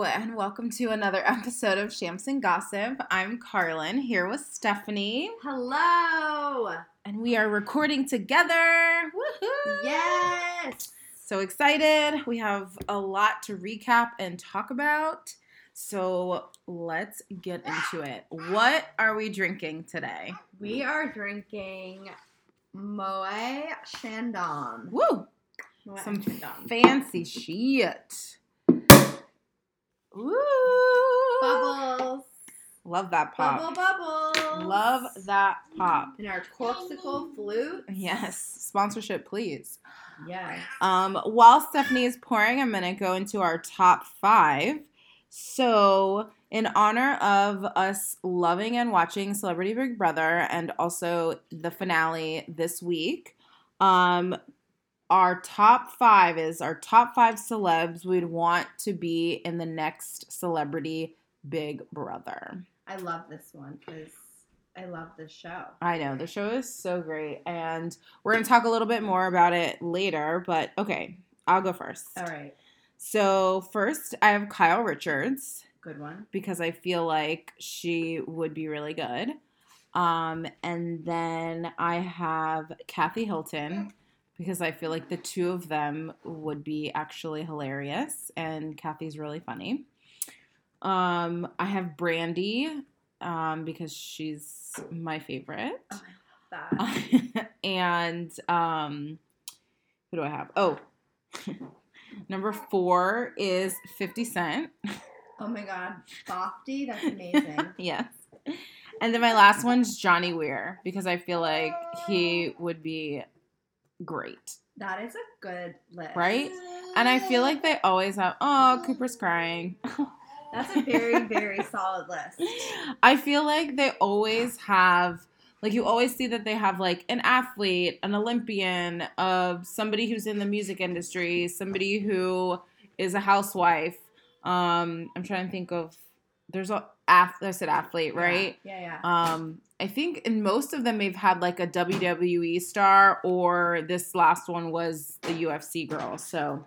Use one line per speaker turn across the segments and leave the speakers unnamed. welcome to another episode of Shams and Gossip. I'm Carlin here with Stephanie,
Hello!
and we are recording together. Woohoo!
Yes!
So excited. We have a lot to recap and talk about. So let's get into it. What are we drinking today?
We are drinking Moe Shandong.
Woo!
Moët
Some
Chandon.
Fancy shit. Ooh!
bubbles.
Love that pop.
Bubble bubbles.
Love that pop.
And our corksicle flute.
Yes, sponsorship, please.
Yes.
Um, while Stephanie is pouring, I'm going to go into our top five. So, in honor of us loving and watching Celebrity Big Brother and also the finale this week, um, our top five is our top five celebs we'd want to be in the next Celebrity Big Brother.
I love this one because I love this show.
I know the show is so great, and we're going to talk a little bit more about it later, but okay, I'll go first.
All right.
So first, I have Kyle Richards
Good one.
because I feel like she would be really good. Um, and then I have Kathy Hilton because I feel like the two of them would be actually hilarious, and Kathy's really funny. Um, I have Brandy um, because she's my favorite,
Oh, I love
Uh-huh.
that.
and um, who do I have? Oh, number four is Fifty Cent.
Oh my god. Bofty, that's amazing.
Yes. And then my last one's Johnny Weir because I feel like he would be great.
that is a good list.
Right? And I feel like they always have, oh, Cooper's crying.
That's a very, very solid list.
I feel like they always have, like, you always see that they have, like, an athlete, an Olympian, uh, somebody who's in the music industry, somebody who is a housewife. Um, I'm trying to think of, there's a, ath- I said athlete, right?
Yeah, yeah. yeah.
Um, I think in most of them they've had like a WWE star, or this last one was the UFC girl. So,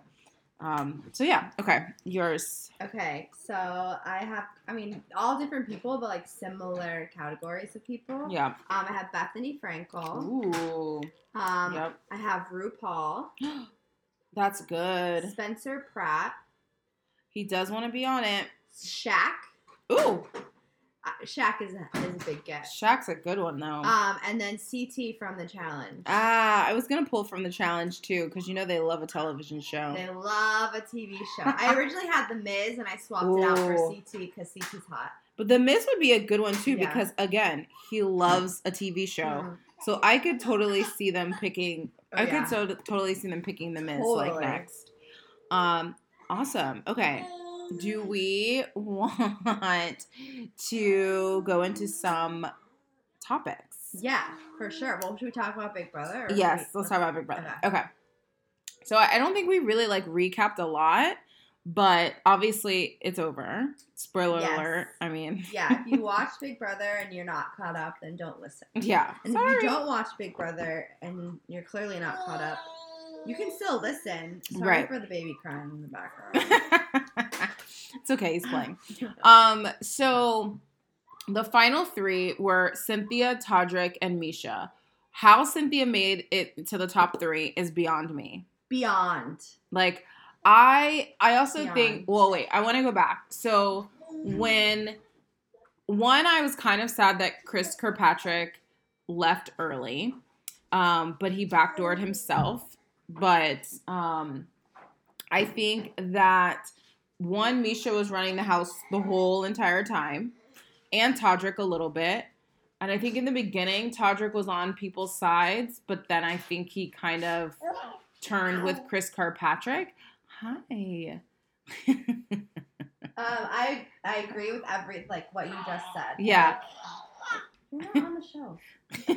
um, so yeah, okay, yours.
Okay, so I have, I mean, all different people, but like similar categories of people.
Yeah.
Um, I have Bethany Frankel.
Ooh.
Um,
Yep.
I have RuPaul.
That's good.
Spencer Pratt.
He does want to be on it.
Shaq.
Ooh,
Uh, Shaq is a, is a big get.
Shaq's a good one though.
Um, and then CT from the challenge.
ah, I was gonna pull from the challenge too, because you know they love a television show.
They love a TV show. I originally had The Miz, and I swapped it out for
Ooh.
CT because CT's hot.
But The Miz would be a good one too,
Yeah.
because again, he loves a TV show.
Mhm.
So I could totally see them picking.
Oh,
I
yeah.
could so totally see them picking the Miz like
Totally.
next. Um, awesome. Okay, do we want to go into some topics?
Yeah, for sure. Well, should we talk about Big Brother? or should
Yes,
we-
let's talk about Big Brother. Okay. So I I don't think we really like recapped a lot, but obviously it's over. Spoiler
Yes.
alert. I mean,
Yeah, if you watch Big Brother and you're not caught up, then don't listen.
yeah.
And
Sorry.
if you don't watch Big Brother and you're clearly not caught up, you can still listen. Sorry
Right.
for the baby crying in the background.
it's okay. He's playing. Um, so the final three were Cynthia, Todrick, and Misha. How Cynthia made it to the top three is beyond me.
Beyond.
Like, I I also think
Beyond.
well wait, I wanna go back. So when one, I was kind of sad that Chris Kirkpatrick left early. Um, but he backdoored himself. But um I think that one, Misha was running the house the whole entire time, and Todrick a little bit. And I think in the beginning, Todrick was on people's sides, but then I think he kind of turned with Chris Carpatrick. Hi.
Um, I I agree with every like what you just said.
Yeah.
Like, you're not on the show.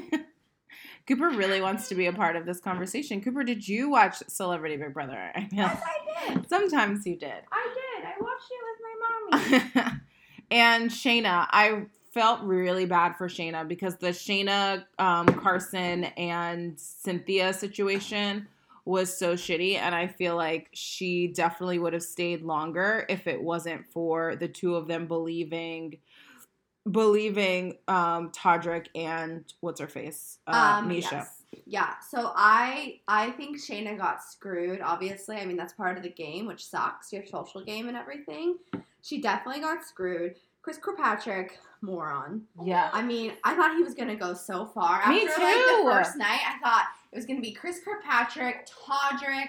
Cooper really wants to be a part of this conversation. Cooper, did you watch Celebrity Big Brother? I know.
Yes, I did.
Sometimes you did.
I did. I watched it with my mommy.
and Shayna, I felt really bad for Shayna because the Shayna um, Carson and Cynthia situation was so shitty and I feel like she definitely would have stayed longer if it wasn't for the two of them believing believing um Todrick and what's her face? Uh,
Um,
Misha.
yes. Yeah. So I I think Shayna got screwed. Obviously, I mean that's part of the game, which sucks. Your social game and everything. She definitely got screwed. Chris Kirkpatrick, moron.
Yeah.
I mean, I thought he was gonna go so far.
Me
After like
too.
the first night, I thought it was gonna be Chris Kirkpatrick, Todrick,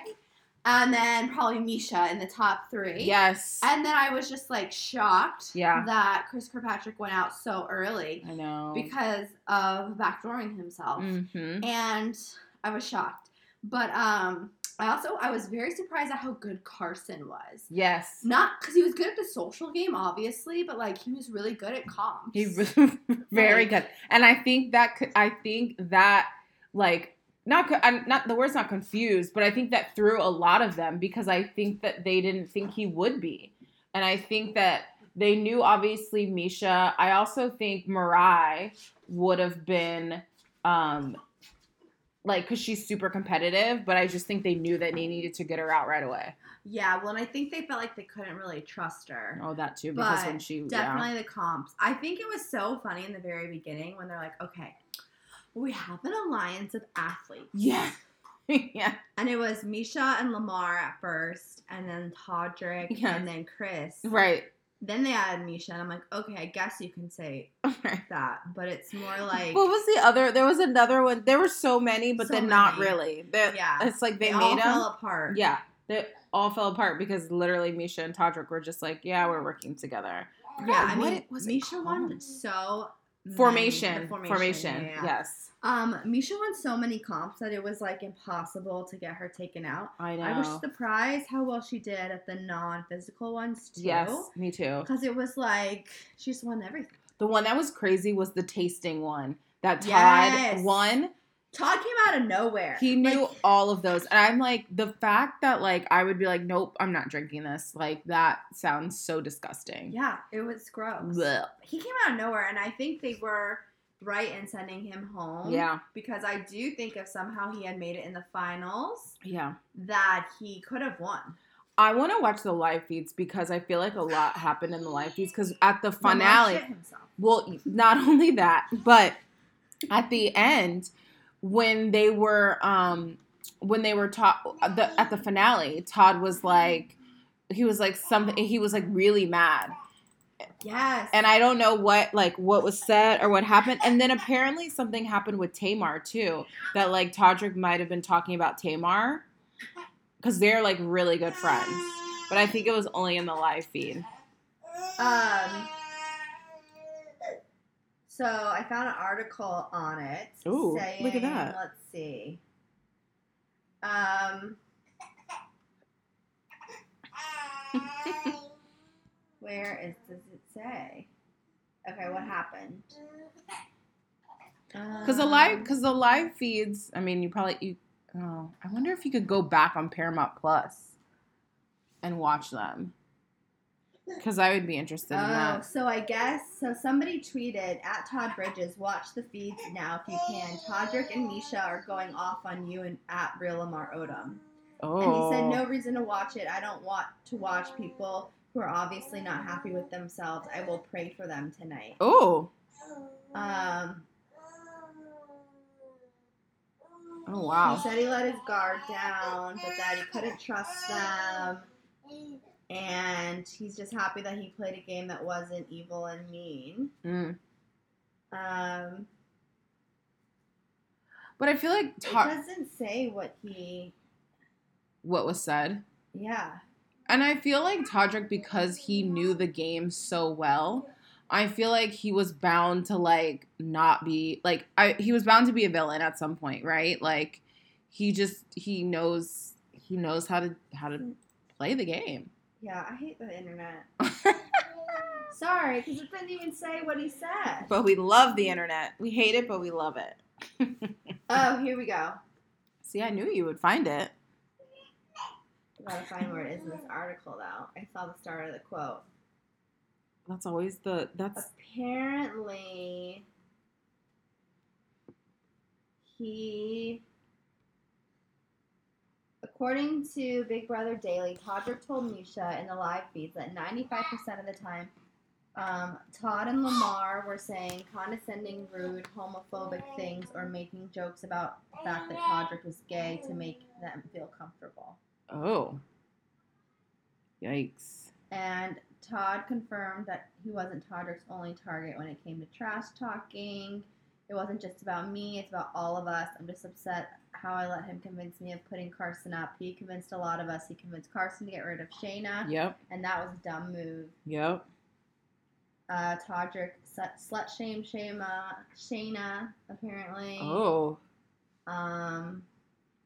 and then probably Misha in the top three.
Yes.
And then I was just like shocked
Yeah.
that Chris Kirkpatrick went out so early
I know.
because of backdooring himself
Mhm.
and I was shocked. But um, I also I was very surprised at how good Carson was.
Yes.
Not because he was good at the social game, obviously, but like he was really good at comms.
He was very good, and I think that could, I think that like not co- I'm not the word's not confused, but I think that threw a lot of them because I think that they didn't think he would be, and I think that they knew obviously Misha. I also think Marai would have been um like because she's super competitive, but I just think they knew that they needed to get her out right away.
yeah. Well, and I think they felt like they couldn't really trust her.
Oh, that too because
But
when she yeah.
Definitely the comps. I think it was so funny in the very beginning when they're like, okay, we have an alliance of athletes.
Yeah. yeah.
And it was Misha and Lamar at first, and then Todrick,
Yeah.
and then Chris.
Right.
Then they added Misha, and I'm like, okay, I guess you can say that, but it's more like
what was the other? There was another one. There were so many, but
So
then not
many.
really. They're-
Yeah.
it's like they,
they, all
made them.
fell apart.
Yeah, they all fell apart because literally Misha and Todrick were just like, "Yeah, we're working together."
yeah. I
What
mean,
was it
Misha won
called?
so many-
Formation,
the
formation,
yeah, yeah.
Yes,
Um, Misha won so many comps that it was like impossible to get her taken out.
I know.
I was surprised how well she did at the non-physical ones too.
yes, me too.
because it was like she just won everything.
The one that was crazy was the tasting one that Todd
Yes.
won.
Todd came out of nowhere.
He
Like,
knew all of those. And I'm like, the fact that like I would be like, nope, I'm not drinking this. Like that sounds so disgusting.
yeah, it was gross.
Blech.
He came out of nowhere, and I think they were right in sending him home.
Yeah.
because I do think if somehow he had made it in the finals,
Yeah.
that he could have won.
I want to watch the live feeds because I feel like a lot happened in the live feeds. Because at the
Lamar
finale,
shit himself.
well, not only that, but at the end when they were um when they were taught the at the finale, Todd was like he was like something he was like really mad
Yes.
and i don't know what like what was said or what happened and then apparently something happened with tamar too that like todrick might have been talking about tamar because they're like really good friends but I think it was only in the live feed.
um. So I found an article on it.
Ooh, look at
saying-
that.
Let's see. Um. Where is does it say? Okay, what happened?
Because the live, because the live feeds. I mean, you probably you. Oh, I wonder if you could go back on Paramount Plus and watch them. Because I would be interested in
Oh,
that.
so I guess so. Somebody tweeted at Todd Bridges, "Watch the feeds now if you can." Todrick and Misha are going off on you and at Real Lamar Odom,
Oh,
and he said, "No reason to watch it. I don't want to watch people who are obviously not happy with themselves. I will pray for them tonight."
Oh,
Um,
oh
he
wow.
said he let his guard down, but that he couldn't trust them, and he's just happy that he played a game that wasn't evil and mean.
Mm.
Um,
But I feel like
it
Todd.
doesn't say what he.
What was said,
Yeah.
and I feel like Todrick because he knew the game so well. I feel like he was bound to like not be like I he was bound to be a villain at some point, right? Like he just he knows he knows how to how to play the game.
Yeah, I hate the internet. Sorry, because it didn't even say what he said.
But we love the internet. We hate it, but we love it.
Oh, here we go.
See, I knew you would find it.
I gotta find where it is in this article, though. I saw the start of the quote.
That's always the that's
Apparently, he According to Big Brother Daily, Todrick told Misha in the live feeds that 95% of the time, um, Todd and Lamar were saying condescending, rude, homophobic things or making jokes about the fact that Todrick was gay to make them feel comfortable.
Oh. Yikes.
And Todd confirmed that he wasn't Todrick's only target when it came to trash talking. It wasn't just about me, it's about all of us. I'm just upset how I let him convince me of putting Carson up. He convinced a lot of us. He convinced Carson to get rid of Shayna,
Yep.
and that was a dumb move.
Yep.
Uh, Todrick slut, slut shamed Shayna, Shayna apparently.
Oh.
Um,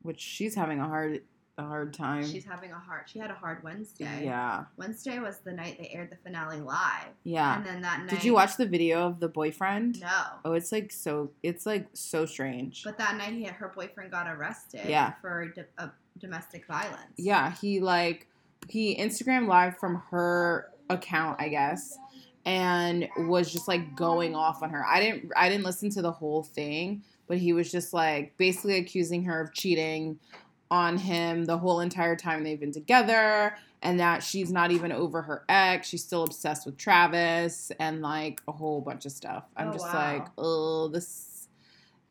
Which she's having a hard a hard time.
she's having a hard. She had a hard Wednesday.
yeah.
Wednesday was the night they aired the finale live,
Yeah.
and then that night.
Did you watch the video of the boyfriend?
No.
Oh, it's like so it's like so strange.
But that night, he her boyfriend got arrested.
Yeah.
For do, uh, domestic violence.
yeah, he like he Instagram live from her account, I guess, and was just like going off on her. I didn't I didn't listen to the whole thing, but he was just like basically accusing her of cheating on him the whole entire time they've been together and that she's not even over her ex. She's still obsessed with Travis and like a whole bunch of stuff. I'm
Oh,
just
wow.
like, "Oh, this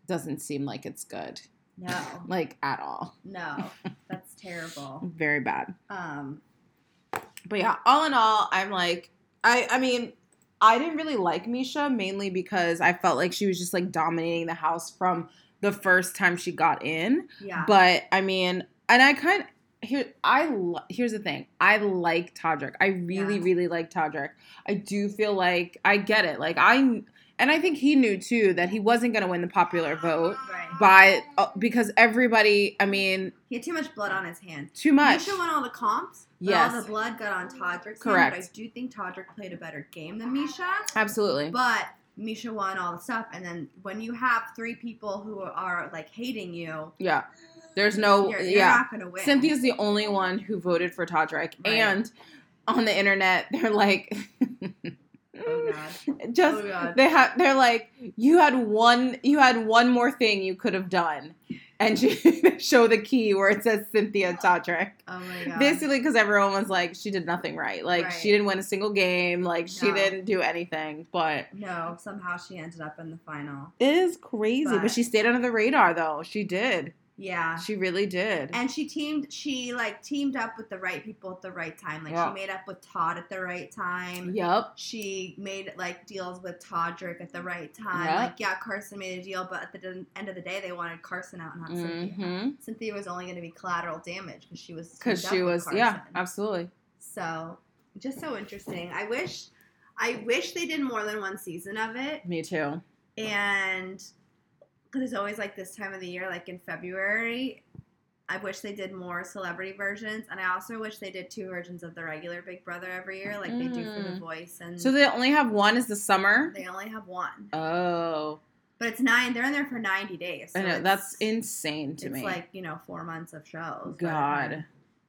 doesn't seem like it's good."
No.
Like at all.
No. That's terrible.
Very bad.
Um.
but yeah, all in all, I'm like, I I mean, I didn't really like Misha mainly because I felt like she was just like dominating the house from the first time she got in.
Yeah.
But I mean, and I kind of here I lo- here's the thing, I like Todrick. I really
Yeah.
really like Todrick. I do feel like I get it. Like I and I think he knew too that he wasn't going to win the popular vote
right.
by uh, because everybody, I mean,
He had too much blood on his hands.
too much.
Misha won all the comps. But
Yes.
All the blood got on Todrick's
Correct.
hand, but I do think Todrick played a better game than Misha.
Absolutely.
But Misha won all the stuff, and then when you have three people who are like hating you,
yeah. There's no
you're, you're
yeah.
not gonna win.
Cynthia's the only one who voted for Todrick,
Right.
and on the internet they're like,
Oh god.
just
oh god.
they have they're like, you had one, you had one more thing you could have done, and she show the key where it says Cynthia Todrick,
Oh my god.
basically because everyone was like, she did nothing right, like she
Right.
didn't win a single game, like she
No.
didn't do anything, but.
no. Somehow she ended up in the final.
It is crazy, but
But-
she stayed under the radar though. She did.
Yeah.
She really did.
And she teamed. She like teamed up with the right people at the right time. Like
Yeah.
she made up with Todd at the right time.
yep.
she made like deals with Todrick at the right time.
Yeah.
Like, yeah, Carson made a deal, but at the d- end of the day, they wanted Carson out, not Cynthia.
Mhm.
Cynthia was only going to be collateral damage because she was
Cuz
teamed
she
up with
was yeah,
Carson.
absolutely.
So just so interesting. I wish, I wish they did more than one season of it,
Me too.
and because it's always like this time of the year, like in February. I wish they did more celebrity versions, and I also wish they did two versions of the regular Big Brother every year, like they do for
Mm.
The Voice and
So they only have one is the summer.
They only have one,
Oh,
but it's nine. They're in there for ninety days.
I
so
know
it's-
that's insane to
it's
me.
like you know four months of shows.
God,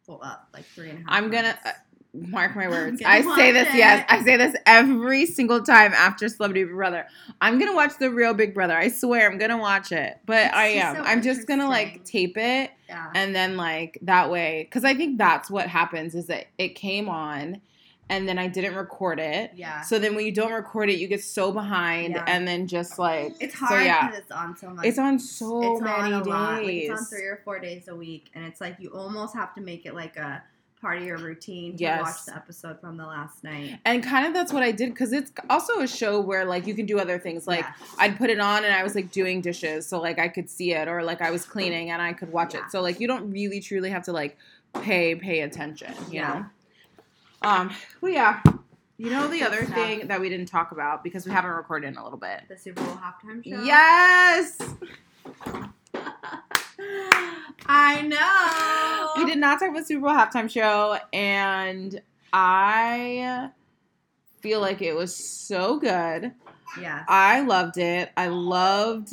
Well, up like three and a half.
I'm gonna uh,
months.
mark my
I'm
words.
gonna
I say
watch
this, yes,
it.
I say this every single time after Celebrity Big Brother. I'm gonna watch the real Big Brother. I swear, I'm gonna watch it. But
It's
I
just
am.
so
I'm just gonna like
interesting.
tape it
yeah.
and then like that way, because I think that's what happens is that it came on, and then I didn't record it.
yeah.
So then when you don't record it, you get so behind,
Yeah.
and then just like
it's
so
hard because
yeah.
it's on so much.
It's on so
it's on
many
a lot. Like,
days.
it's on three or four Oh, days a week, and it's like you almost have to make it like a part of your routine to
Yes.
watch the episode from the last night.
and kind of that's what I did because it's also a show where like you can do other things. Like
Yeah.
I'd put it on and I was like doing dishes, so like I could see it, or like I was cleaning and I could watch
Yeah.
it. So like you don't really truly have to like pay pay attention, you
Yeah.
know. Um, well, yeah. You know the
Good
other
stuff.
thing that we didn't talk about because we haven't recorded in a little bit.
the Super Bowl halftime show.
Yes,
I know.
we did not talk about Super Bowl halftime show, and I feel like it was so good.
Yes.
I loved it. I loved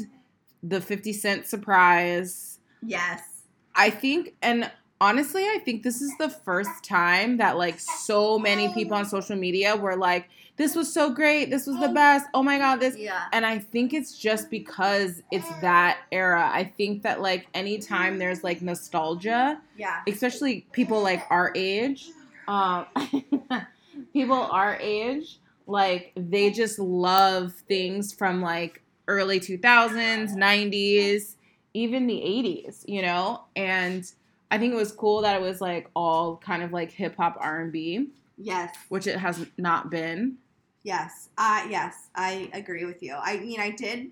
the 50 Cent surprise.
Yes.
I think, and honestly, I think this is the first time that like so many people on social media were like, "This was so great. This was the best. Oh my god, this."
Yeah.
And I think it's just because it's that era. I think that like anytime there's like nostalgia,
Yeah.
especially people like our age, um, people our age, like they just love things from like early 2000s, 90s, even the 80s, you know? And I think it was cool that it was like all kind of like hip hop R&B,
Yes.
which it has not been.
Yes. Uh, yes. I agree with you. I mean, I did.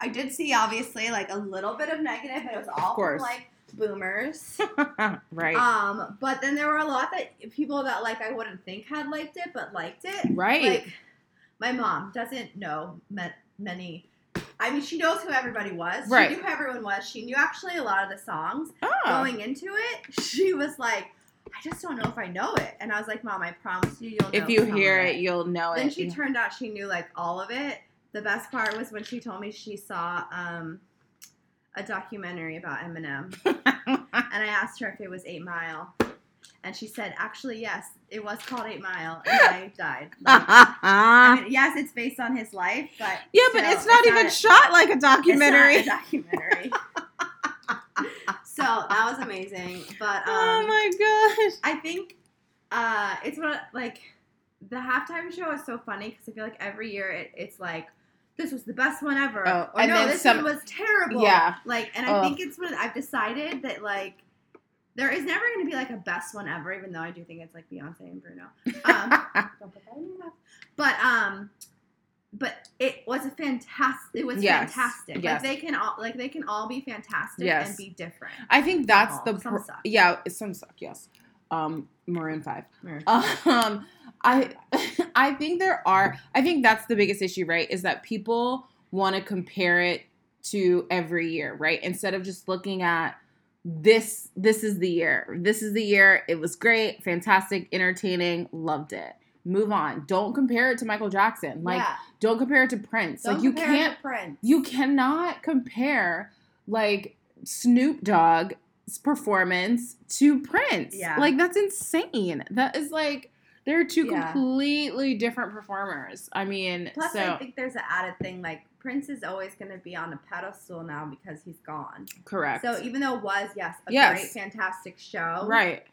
I did see obviously like a little bit of negative, but it was all from
course.
like boomers.
right.
um, but then there were a lot that people that like I wouldn't think had liked it, but liked it.
right.
Like
My mom doesn't know ma- many.
I mean, she knows who everybody was.
Right.
She knew who everyone was. She knew actually a lot of the songs.
Ah,
Going into it, she was like, I just don't know if I know it. And I was like, Mom, I promise you, you'll know.
if you
some
hear
of
it, you'll know
Then
it.
she
Yeah.
turned out she knew like all of it. The best part was when she told me she saw um, a documentary about Eminem. and I asked her if it was Eight Mile. And she said, actually, yes, it was called Eight Mile. And I died. Like,
Uh,
I mean, yes, it's based on his life, but.
yeah, but
still,
it's not even shot like a documentary.
it's not a documentary. so that was amazing. But um,
oh my gosh.
I think uh, it's what like the halftime show is so funny because I feel like every year it, it's like this was the best one ever,
Oh,
or
and
no,
then
this
some-
one was terrible.
Yeah. Oh.
like, and I
Ugh.
think it's what I've decided that like. There is never going to be like a best one ever, even though I do think it's like Beyonce and Bruno. Um, don't put that in your mouth. But um, but it was a fantastic. It was
Yes.
fantastic.
Yes.
Like they can all like they can all be fantastic
Yes.
and be different.
I think that's
all.
the
Some
pro-
suck.
yeah. Some suck. Yes. Um, Maroon Five.
Maroon
Um, I I think there are. I think that's the biggest issue, right? Is that people want to compare it to every year, right? Instead of just looking at this. This is the year. This is the year. It was great, fantastic, entertaining. Loved it. Move on. Don't compare it to Michael Jackson. Like,
yeah.
don't compare it to Prince.
Don't
like, you
compare it to
can't
Prince.
you cannot compare like Snoop Dogg's performance to Prince.
Yeah.
Like that's insane. That is like they're two
Yeah.
completely different performers. I mean,
Plus,
so
I think there's an added thing like Prince is always going to be on a pedestal now because he's gone.
correct.
So even though it was yes a
Yes.
great fantastic show,
right.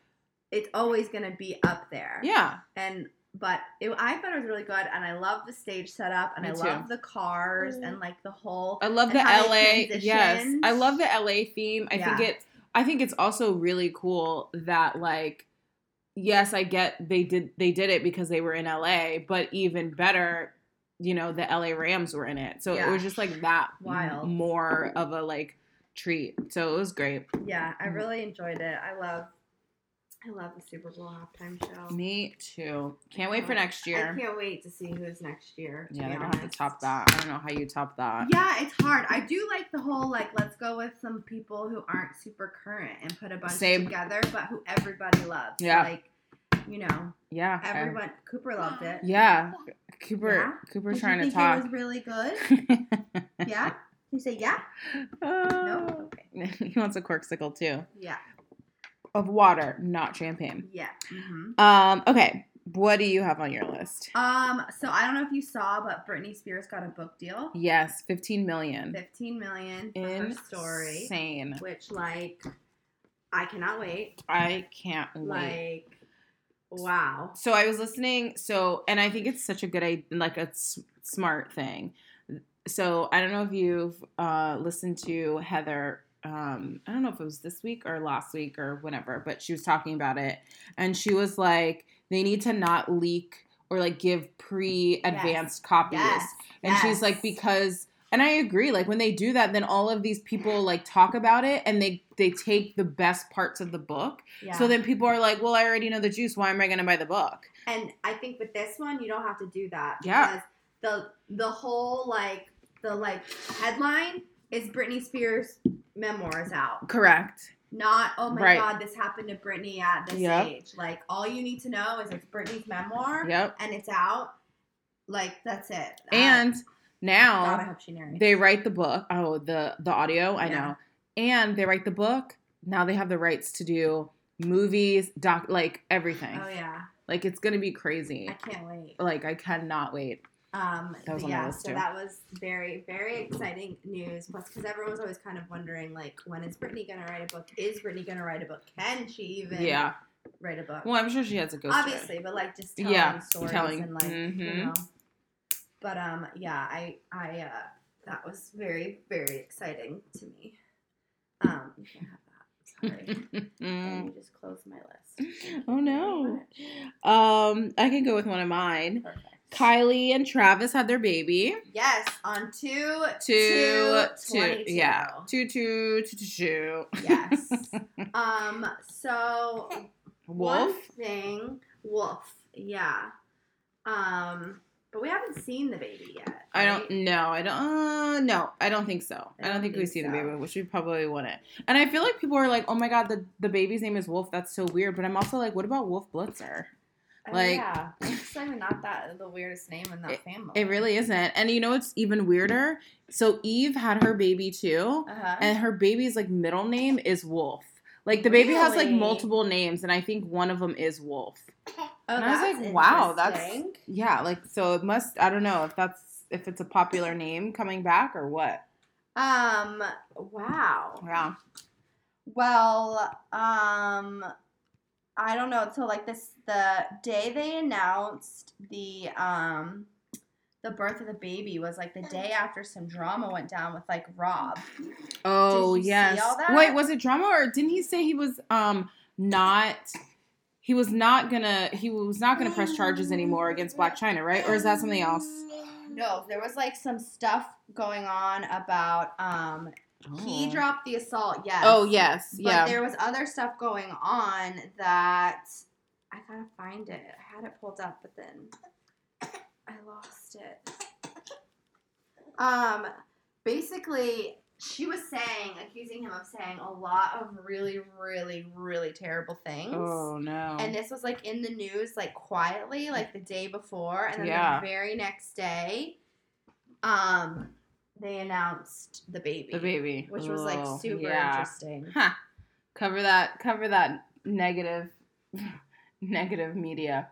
It's always going to be up there.
Yeah.
And but it, I thought it was really good, and I love the stage setup, and
Me
I
too. Oh.
love the cars,
Mm.
and like the whole
I love
And
the
how they
LA. Yes.
transitioned.
I love the LA theme. I
Yeah.
think it I think it's also really cool that like yes, I get they did they did it because they were in LA, but even better, you know, the LA Rams were in it. So
Yeah.
it was just like that
Wild.
m- more of a like treat. So it was great.
yeah. I
Mm.
really enjoyed it. I love I love the Super Bowl halftime show.
Me too. Can't wait for next
Oh, I
year.
can't wait to see who's next year. to
Yeah,
be
they're gonna have
honest.
to top that. I don't know how you top that.
Yeah, it's hard. I do like the whole like let's go with some people who aren't super current and put a bunch
Same.
together, but who everybody loves.
Yeah.
Like, you know,
Yeah. I-
everyone Cooper loved it.
yeah. Cooper
Yeah.
Cooper
Did you
trying to
think It
talk.
was really good. Yeah. You say yeah?
Oh.
No. Okay.
he wants a corksicle too.
Yeah.
of water, not champagne.
Yeah. hmm
Um, okay, what do you have on your list?
Um. So I don't know if you saw, but Britney Spears got a book deal,
Yes, 15 million.
fifteen million for her story,
Insane.
which like I cannot wait.
I can't wait.
Like, wow.
So I was listening. So, and I think it's such a good idea, like a s- smart thing. So I don't know if you've uh, listened to Heather. Um, I don't know if it was this week or last week or whenever, but she was talking about it, and she was like, they need to not leak or like give pre-advanced copies.
Yes.
And she's like,
Yes.
because, and I agree. Like when they do that, then all of these people like talk about it, and they they take the best parts of the book.
Yeah.
So then people are like, well, I already know the juice. Why am I going to buy the book?
And I think with this one, you don't have to do that.
Yeah.
Because the the whole like the like headline is Britney Spears memoirs out.
Correct.
Not oh my
Right.
god, this happened to Britney at this
Yep.
age. Like all you need to know is it's Britney's memoir
Yep.
and it's out. Like that's it.
And
I, God, I
now
hope she narrates.
they write the book. Oh, the the audio. I
Yeah.
know. And they write the book. Now they have the rights to do movies, doc, like everything.
Oh yeah,
Like it's gonna be crazy.
I can't wait.
Like I cannot wait.
Um,
That was
but
on my
yeah,
list,
so
too.
that was very, very exciting news. Plus, because everyone was always kind of wondering, like, when is Brittany gonna write a book? Is Brittany gonna write a book? Can she even
Yeah.
write a book?
Well, I'm sure she has a ghost. story.
Obviously, but like just telling
Yeah,
stories
telling.
and like you
Mhm.
know. But um, yeah, I I uh, that was very very exciting to me. Um, you can have that. Sorry,
And
Mm.
you just closed my list. Thank
Oh
you very
no.
much.
Um, I can go with one of mine.
Perfect.
Kylie and Travis had their baby.
yes, on two
Two, two,
22.
yeah, two, two, two, two, two.
yes. Um, so
Wolf.
one thing, wolf, yeah. Um, but we haven't seen the baby yet.
I
right?
don't know. I don't. Uh, no, I don't think so. I don't, think, we've seen the
so.
baby, which we probably wouldn't. And I feel like people are like, "Oh my god, the the baby's name is Wolf. That's so weird." But I'm also like, "What about Wolf Blitzer?"
Oh,
Like-
yeah. it's like not that the weirdest name in that family.
It really isn't. And you know what's even weirder? So Eve had her baby too,
Uh-huh.
and her baby's like middle name is Wolf. Like the baby has like
Really?
multiple names, and I think one of them is Wolf.
Oh,
and I was
that's
like, wow, that's-
interesting.
Yeah, like so it must. I don't know if that's if it's a popular name coming back or what.
um, wow.
Yeah.
Well, um, I don't know. So like this, the day they announced the um, the birth of the baby was like the day after some drama went down with like Rob.
Oh
Did you see
yes.
all that?
Wait, was it drama or didn't he say he was um not he was not gonna he was not gonna press charges anymore against Black China, right? Or is that something else?
No, there was like some stuff going on about um,
Oh.
he dropped the assault. Yes.
Mm. Oh yes,
But
yeah.
there was other stuff going on that I gotta find it. I had it pulled up, but then I lost it. Um, basically, she was saying, accusing him of saying a lot of really, really, really terrible things.
Oh no.
And this was like in the news, like quietly, like the day before, and then
Yeah.
the very next day, um, they announced the baby,
the baby.
which was like
Oh,
super
yeah.
interesting.
Huh. Cover that cover that negative negative media.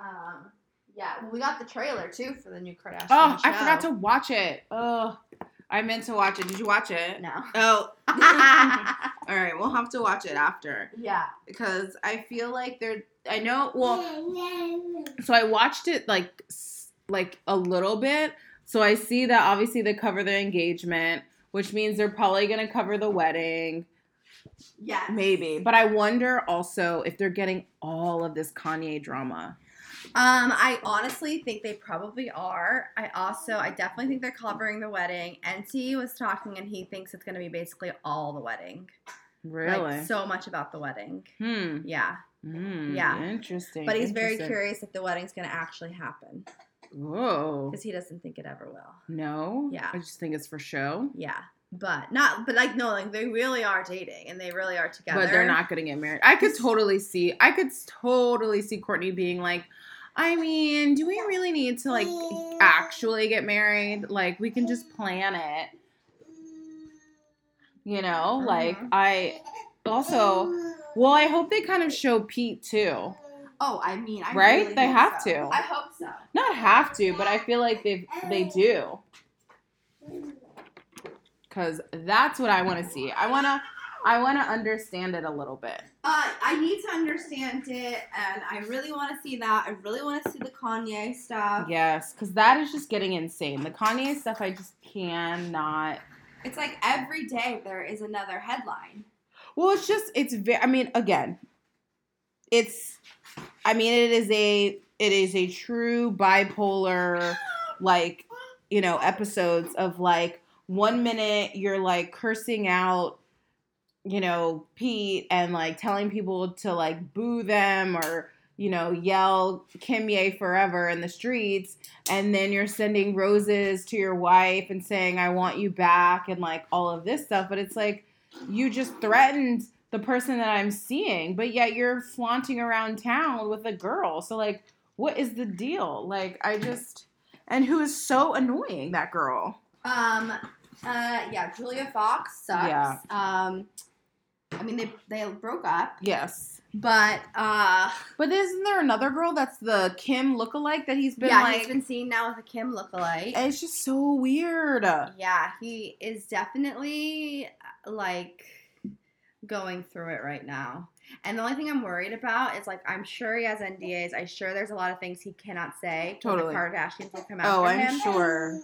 Um, yeah, well, we got the trailer too for the new Kardashian.
Oh, I
show.
forgot to watch it. Oh I meant to watch it. Did you watch it?
No.
Oh. All right, we'll have to watch it after.
yeah.
because I feel like they're. I know. Well, so I watched it like s- like a little bit. So I see that obviously they cover the engagement, which means they're probably gonna cover the wedding,
Yeah.
maybe. But I wonder also if they're getting all of this Kanye drama.
Um, I honestly think they probably are. I also, I definitely think they're covering the wedding. NT was talking, and he thinks it's going to be basically all the wedding.
Really?
Like, so much about the wedding.
hmm.
Yeah.
Mm,
Yeah.
Interesting.
But he's very
interesting.
curious if the wedding's going to actually happen
Whoa.
because he doesn't think it ever will.
No.
Yeah.
I just think it's for show.
Yeah. But not, but like, no, like they really are dating and they really are together.
But they're not gonna get married. I could totally see. I could totally see Courtney being like, I mean, do we really need to like actually get married? Like, we can just plan it. You know, like
Mhm.
I also. Well, I hope they kind of show Pete too.
Oh, I mean, I
Right?
really
They
hope
have
so.
to.
I hope so.
Not have to, but I feel like they they do. Cause that's what I want to see. I wanna I wanna understand it a little bit.
Uh, I need to understand it, and I really want to see that. I really want to see the Kanye stuff.
Yes, because that is just getting insane. The Kanye stuff, I just cannot.
It's like every day there is another headline.
Well, it's just it's. Ve- I mean, again, it's. I mean, it is a it is a true bipolar, like you know, episodes of like one minute you're like cursing out, you know, Pete and like telling people to like boo them or you know yell Kimye forever in the streets, and then you're sending roses to your wife and saying I want you back and like all of this stuff, but it's like you just threatened the person that I'm seeing, but yet you're flaunting around town with a girl. So like, what is the deal? Like, I just and who is so annoying that girl?
Um, uh, yeah, Julia Fox sucks.
Yeah.
Um, I mean, they they broke up.
Yes.
But uh
But isn't there another girl that's the Kim lookalike that he's been
yeah,
like?
he's been seen now with a Kim lookalike.
it's just so weird.
Yeah, he is definitely uh, like going through it right now. And the only thing I'm worried about is like I'm sure he has NDAs. I'm sure there's a lot of things he cannot say. 'cause
Totally.
The Kardashians will come after
Oh, I'm
him.
sure.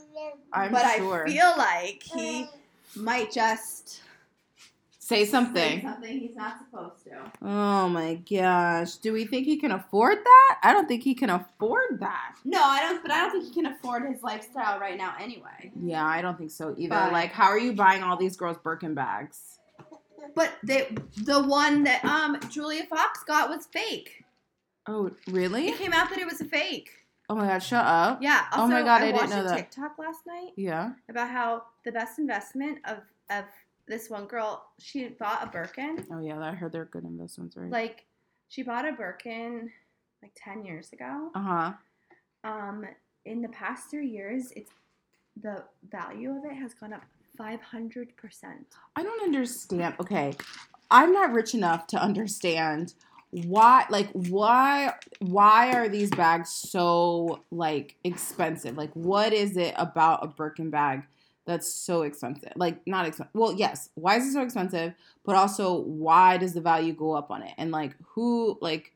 I'm
but
sure.
I feel like he might just
Say
say
something.
something he's not supposed to.
Oh my gosh. Do we think he can afford that? I don't think he can afford that.
No, I don't. But I don't think he can afford his lifestyle right now anyway.
Yeah, I don't think so either.
But-
like, how are you buying all these girls Birkin bags?
But the the one that um Julia Fox got was fake.
Oh, really?
It came out that it was a fake.
Oh my god, shut up.
Yeah.
Oh
Also,
my God, I
I,
didn't
watched
know
a
that.
TikTok last night
Yeah.
about how the best investment of of this one girl, she bought a Birkin.
Oh yeah, I heard they're good investments, right?
Like she bought a Birkin like 10 years ago.
uh huh.
Um in the past 3 years, it's the value of it has gone up 500%.
I don't understand. Okay, I'm not rich enough to understand why. Like, why? Why are these bags so like expensive? Like, what is it about a Birkin bag that's so expensive? Like, not expensive. Well, yes. Why is it so expensive? But also, why does the value go up on it? And like, who? Like,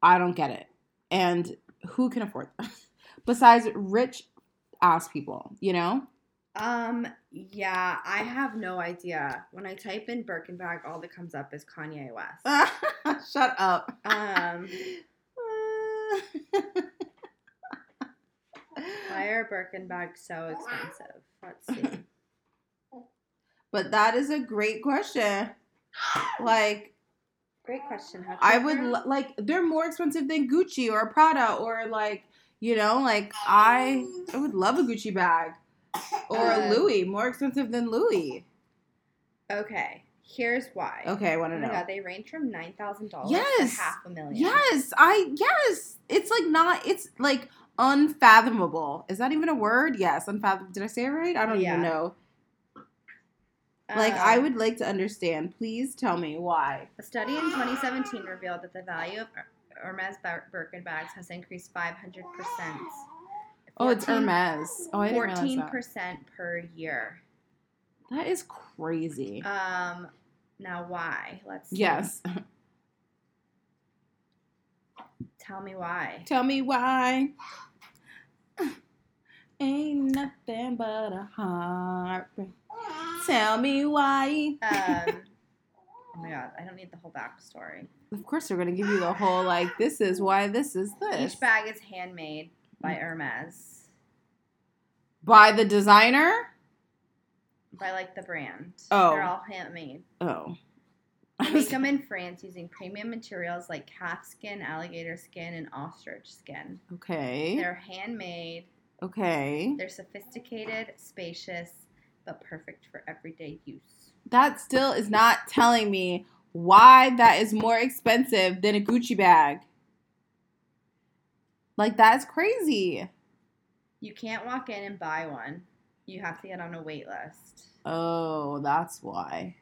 I don't get it. And who can afford them? Besides rich ass people, you know?
Um yeah, I have no idea. When I type in Birkin bag, all that comes up is Kanye West.
Shut up.
um why are Birkin bags so expensive? Let's see.
but that is a great question. Like
Great question. How
I
come
would
you're-
l- like they're more expensive than Gucci or Prada or like you know like I I would love a Gucci bag or a
Uh,
Louis more expensive than Louis.
Okay, here's why.
Okay, I want
Oh
to
my
know.
god, they range from nine thousand dollars to
Yes.
half a million.
Yes, I yes. It's like not. It's like unfathomable. Is that even a word? Yes, unfathomable. Did I say it right? I don't
Yeah.
even know. Like I
Um,
would like to understand. Please tell me why.
A study in 2017 revealed that the value of Her- Hermes Ber- Birkin bags has increased 500 percent.
Oh, it's Hermes. Oh, I didn't realize
14
that.
percent per year.
That is crazy.
Um, now why? Let's see.
yes.
Tell me why.
Tell me why. Ain't nothing but a heartbreak. Tell me why.
Um, oh my god, I don't need the whole backstory.
Of course, they're gonna give you the whole like this is why this is this
Each bag is handmade by Hermes,
by the designer.
by like the brand.
Oh.
they're all handmade.
Oh,
They make them in France using premium materials like calfskin, alligator skin, and ostrich skin.
okay,
They're handmade,
okay.
they're sophisticated, spacious, but perfect for everyday use.
That still is not telling me why that is more expensive than a Gucci bag. Like that's crazy.
You can't walk in and buy one. You have to get on a wait list.
Oh, that's why.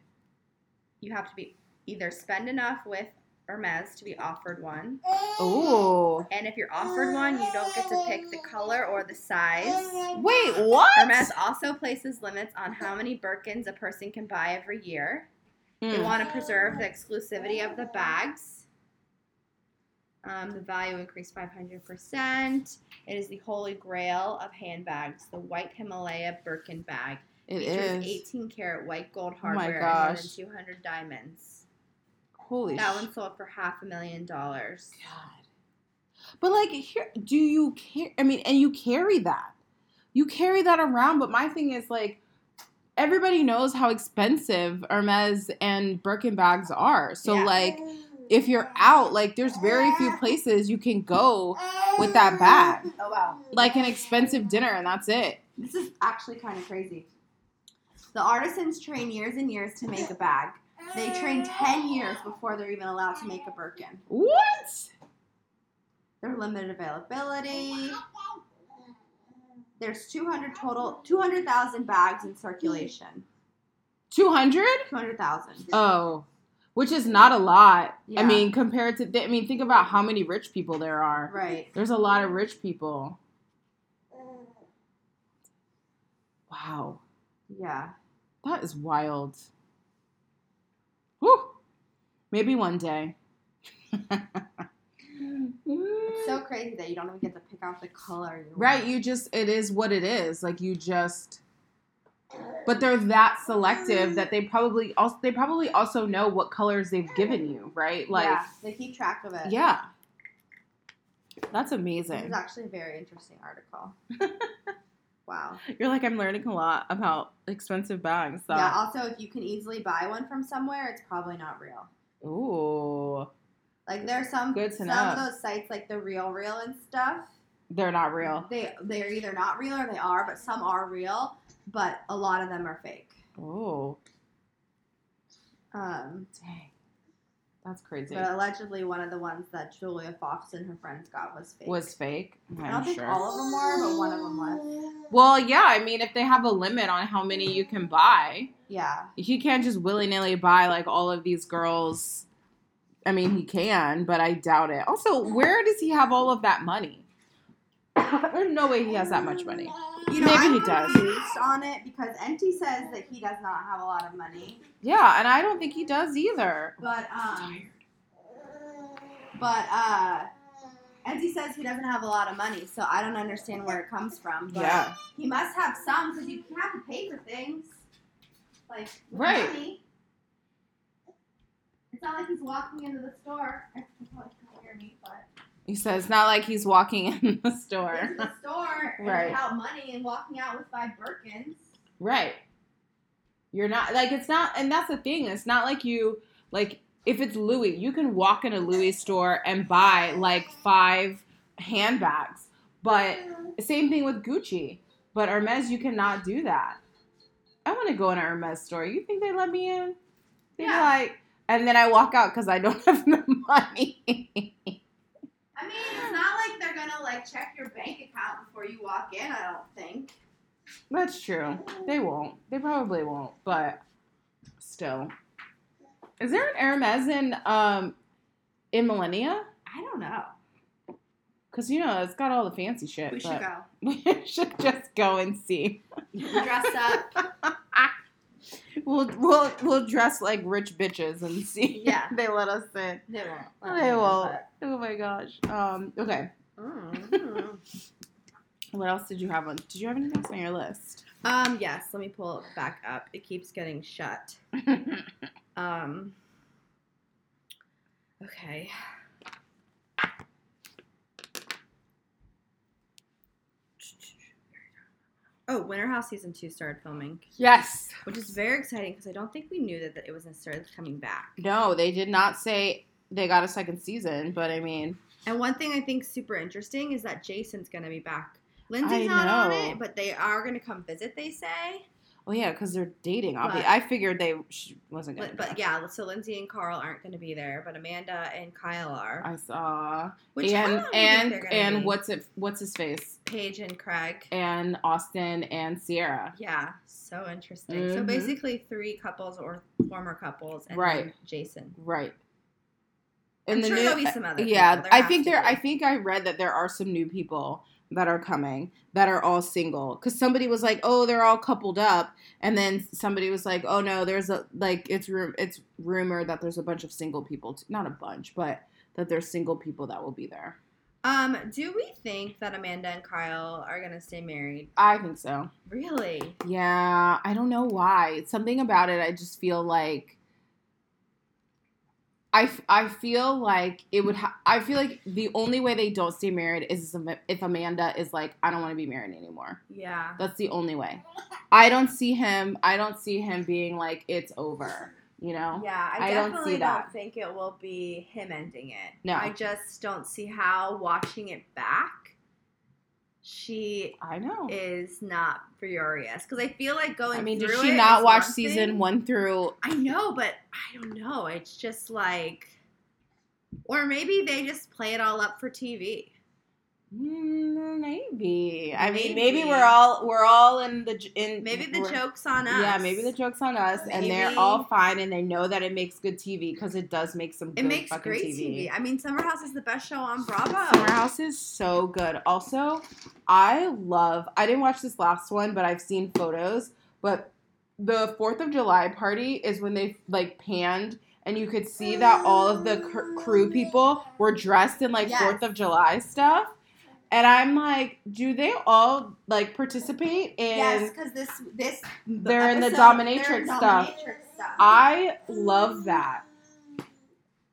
You have to be either spend enough with Hermes to be offered one.
Oh.
And if you're offered one, you don't get to pick the color or the size.
Wait, what?
Hermes also places limits on how many Birkins a person can buy every year. They
Hmm.
Mm.
want to preserve the exclusivity of the bags. Um, the value increased 500%. It is the holy grail of handbags, the white Himalaya Birkin bag.
It
Features
is.
18 karat white gold
Oh my
hardware and more than
gosh.
200 diamonds.
Holy
That
sh-
one sold for half a million dollars.
God. But like here do you care I mean and you carry that. You carry that around, but my thing is like everybody knows how expensive Hermes and Birkin bags are. So
Yeah.
like if you're out, like there's very few places you can go with that bag.
Oh wow,
Like an expensive dinner and that's it.
this is actually kind of crazy. The artisans train years and years to make a bag. They train ten years before they're even allowed to make a Birkin.
What?
They're limited availability. There's 200 total, 200,000 bags in circulation.
Two hundred?
200,000.
Oh. which is not a lot.
Yeah.
I mean, compared to, I mean, think about how many rich people there are.
Right.
There's a lot of rich people. Wow,
Yeah.
that is wild. Woo! Maybe one day.
It's so crazy that you don't even get to pick out the color. You
Right,
want.
you just it is what it is. Like you just but they're that selective that they probably also they probably also know what colors they've given you, right? Like
yeah, they keep track of it.
yeah. That's
This
amazing.
is actually a very interesting article. wow.
You're like I'm learning a lot about expensive bags. So.
Yeah. Also, if you can easily buy one from somewhere, it's probably not real.
Ooh.
Like there are some
Good to
some
know.
of those sites like the Real Real and stuff.
They're not real.
They they're either not real or they are, but some are real, but a lot of them are fake.
Oh,
Um,
dang. That's crazy.
but allegedly, one of the ones that Julia Fox and her friends got was fake.
Was fake.
I don't
I'm
think
sure.
all of them were, but one of them was.
well, yeah, I mean if they have a limit on how many you can buy,
Yeah.
he can't just willy nilly buy like all of these girls. I mean, he can, but I doubt it. Also, where does he have all of that money? There's no way he has that much money.
You know,
Maybe
I'm
he does.
confused on it because Enti says that he does not have a lot of money,
Yeah, and I don't think he does either.
but um, but uh, Enti says he doesn't have a lot of money, so I don't understand where it comes from. But
Yeah.
he must have some because you have to pay for things, like with
Right.
money. It's not like he's walking into the store. I probably can't hear me, but
He says, not like he's walking in the
into
store.
the store and
Right.
without money and walking out with five Birkins.
Right. You're not like it's not and that's the thing. It's not like you like if it's Louis, you can walk in a Louis store and buy like five handbags. But same thing with Gucci. But Hermes you cannot do that. I want to go in a Hermes store. You think they let me in? They
Yeah.
like and then I walk out cuz I don't have the money.
I mean, it's not like they're gonna like check your bank account before you walk in. I don't think.
that's true. They won't. They probably won't, but still. Is there an Hermes in um in Millennia?
I don't know.
Cause you know it's got all the fancy shit.
We
but
should go.
we should just go and see.
We'll dress up.
We'll we'll we'll dress like rich bitches and see.
Yeah.
if they let us in.
They won't.
They will. Oh my gosh. Um. Okay.
mm, hmm.
What else did you have on? Did you have anything else on your list?
Um. Yes. Let me pull it back up. It keeps getting shut. Um. Okay. Oh, Winter House season two started filming,
yes.
which is very exciting because I don't think we knew that, that it was necessarily coming back.
No, they did not say they got a second season, but I mean,
And one thing I think super interesting is that Jason's gonna be back. Lindsay's
I
not on
know.
it, but they are gonna come visit. They say,
oh yeah, because they're dating. Obviously,
But-
I figured they she wasn't gonna.
but, but yeah. So Lindsay and Carl aren't gonna be there, but Amanda and Kyle are.
I saw
Which I
and
don't think
and
they're gonna
and
be.
what's it? What's his face?
Paige and Craig?
And Austin and Sierra.
Yeah, so interesting. So
Mhm.
basically, three couples or former couples, and
Right.
then Jason.
Right.
I'm sure there'll be some other.
e, uh, yeah,
people.
I
has
think
to
there.
be.
I think I read that there are some new people that are coming that are all single because somebody was like, "Oh, they're all coupled up," and then somebody was like, "Oh no, there's a like it's ru- it's rumored that there's a bunch of single people, t- not a bunch, but that there's single people that will be there."
Um, do we think that Amanda and Kyle are gonna stay married?
I think so.
Really?
Yeah, I don't know why. It's Something about it, I just feel like I, f- I feel like it would ha- I feel like the only way they don't stay married is if- if Amanda is like I don't want to be married anymore.
Yeah.
That's the only way. I don't see him I don't see him being like it's over, you know?
Yeah, I,
I don't
definitely
see
don't,
that.
think it will be him ending it.
No.
I just don't see how watching it back, she
I know.
is not furious because I feel like going.
Oh. I mean, did
through
she
it
not
is
watch
one
season
thing.
1 through
I know, but I don't know. It's just like, or maybe they just play it all up for TV.
Mm, Maybe. I mean,
Maybe.
maybe we're all we're all in the j- in
Maybe the
we're-
joke's on us.
Yeah, maybe the joke's on us, and they're
Maybe.
all fine, and they know that it makes good TV because it does make some.
It
good
makes
fucking
great TV. I mean, Summer House is the best show on Bravo.
Summer House is so good. Also, I love. I didn't watch this last one, but I've seen photos. But the Fourth of July party is when they like panned. And you could see that all of the cr- crew people were dressed in like
Yes.
Fourth of July stuff, and I'm like, do they all like participate in?
Yes, because this this
They're in the
episode, they're in
dominatrix stuff.
dominatrix stuff.
I love that.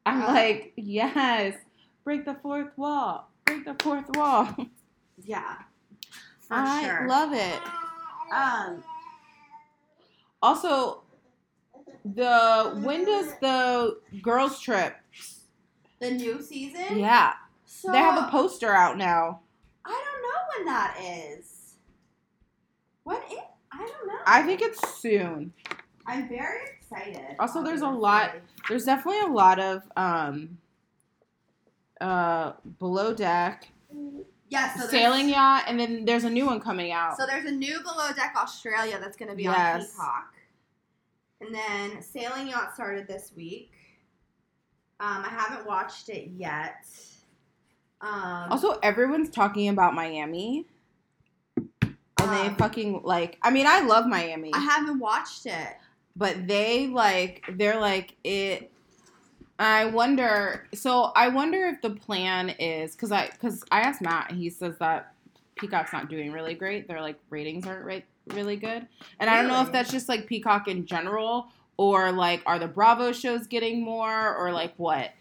I'm
Uh,
Uh-huh.
like, yes, break the fourth wall, break the fourth wall.
yeah, for
I
sure.
love it.
um,
Also, the when does the girls trip?
the new season.
Yeah,
so
they have a poster out now.
I don't know when that is. What is? I don't know.
I think it's soon.
I'm very excited.
Also, there's a lot. There's definitely a lot of um, uh, below deck
Yeah, so there's-
sailing yacht, and then there's a new one coming out.
So there's a new Below Deck Australia that's going to be on
Yes.
Peacock. And then Sailing Yacht started this week. Um, I haven't watched it yet. Um,
Also, everyone's talking about Miami, and they
um,
fucking like. I mean, I love Miami,
I haven't watched it.
but they like. They're like it. I wonder. So I wonder if the plan is because I because I asked Matt, and he says that Peacock's not doing really great. Their like ratings aren't right, really good, and I don't know if
Really?
that's just like Peacock in general or like are the Bravo shows getting more or like what.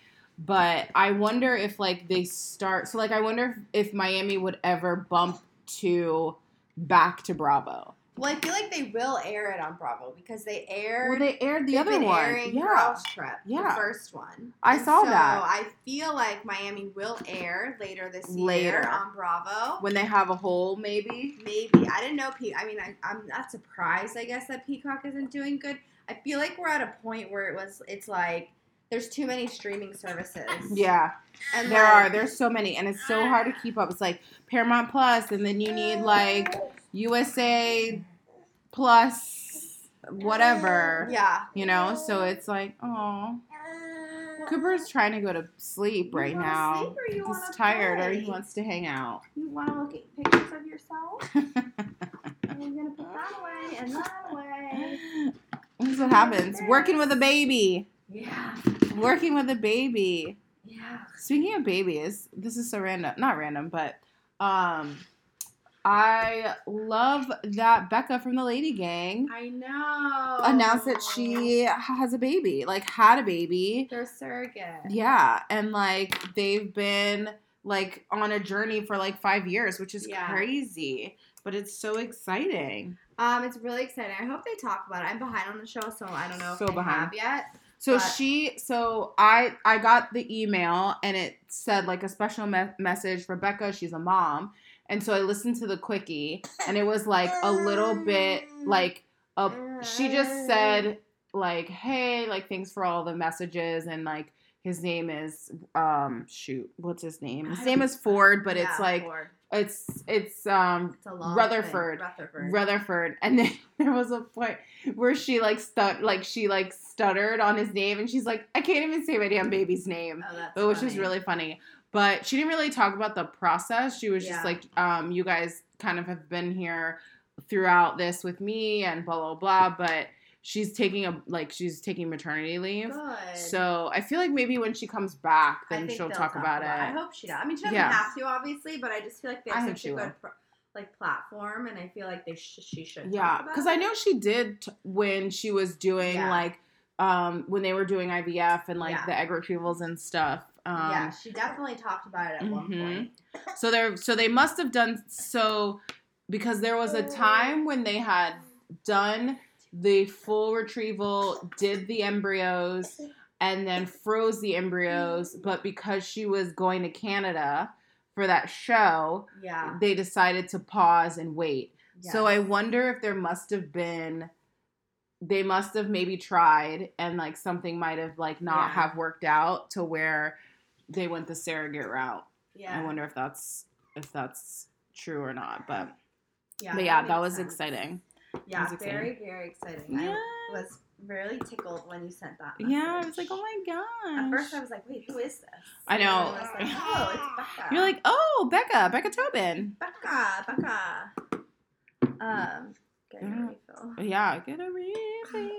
But I wonder if like they start. So like I wonder if, if Miami would ever bump to back to Bravo.
Well, I feel like they will air it on Bravo because they aired
Well, they aired the
they've
other
been
one.
airing
Yeah.
Girls Trip,
Yeah.
the first one.
I
And
saw
so
that.
I feel like Miami will air later this
Later.
year on Bravo.
When they have a hole, maybe.
Maybe I didn't know. Pe- I mean, I, I'm not surprised. I guess that Peacock isn't doing good. I feel like we're at a point where it was. It's like there's too many streaming services.
Yeah,
and
there
like,
are. There's so many, and it's so hard to keep up. It's like Paramount Plus, and then you need like USA Plus, whatever.
Yeah,
You know, so it's like, oh, Cooper's trying to go to sleep right
You wanna
now.
sleep or you wanna
He's tired, or
play?
he wants to hang out.
You want to look at pictures of yourself?
And we're gonna put that away and that away.
That's what happens. Working with a baby.
Yeah,
Working with a baby.
yeah.
Speaking of babies, this is so random. Not random, but um I love that Becca from the Lady Gang
I know.
announced that she has a baby, like had a baby.
They're surrogate.
Yeah, and like they've been like on a journey for like 5 years, which is
Yeah.
crazy, but it's so exciting.
Um, it's really exciting. I hope they talk about it. I'm behind on the show, so I don't know if
So
they
behind.
have yet.
So
But-
she, so I, I got the email and it said like a special me- message for Becca. She's a mom, and so I listened to the quickie, and it was like a little bit like a. Oh, She just said like, hey, like thanks for all the messages, and like his name is um shoot, what's his name? His name is Ford, but it's
Yeah,
like
Ford.
it's it's um
it's a long
Rutherford.
Thing. Rutherford.
Rutherford. And then there was a point where she like stut like she like stuttered on his name and she's like, I can't even say my damn baby's name.
oh, that's
But which was
funny.
really funny. But she didn't really talk about the process. She was just
Yeah.
like, um, you guys kind of have been here throughout this with me and blah blah blah. But she's taking a like she's taking maternity leave.
good.
So I feel like maybe when she comes back
I
then
think
she'll
they'll
talk, about,
I
it.
hope she does. I mean, she doesn't
Yeah.
have to, obviously, but I just feel like they
I
have
hope
such
she
a
will.
good pro- like platform, and I feel like they sh- she should.
Yeah, because I know she did t- when she was doing
Yeah.
like um when they were doing IVF and like
Yeah.
the egg retrievals and stuff. Um,
yeah, she definitely talked about it at one
mhm.
point.
So they're so they must have done so because there was a
Oh.
time when they had done the full retrieval, did the embryos, and then froze the embryos. But because she was going to Canada for that show,
Yeah.
they decided to pause and wait. So I
yes.
wonder if there must have been they must have maybe tried and like something might have like not
Yeah.
have worked out to where they went the surrogate route.
Yeah.
I wonder if that's if that's true or not. But
Yeah,
but yeah,
that
that
makes
was
sense.
exciting.
Yeah,
was exciting.
very very exciting.
Yeah,
I was really tickled when you sent that.
yeah. I
message.
was like, oh my gosh.
At first, I was like, wait, who is this?
I
And then
know.
I was like, oh, it's Becca.
You're like, oh, Becca, Becca Tobin.
Becca, Becca. Um, getting a
Yeah.
refill.
Yeah, get a refill.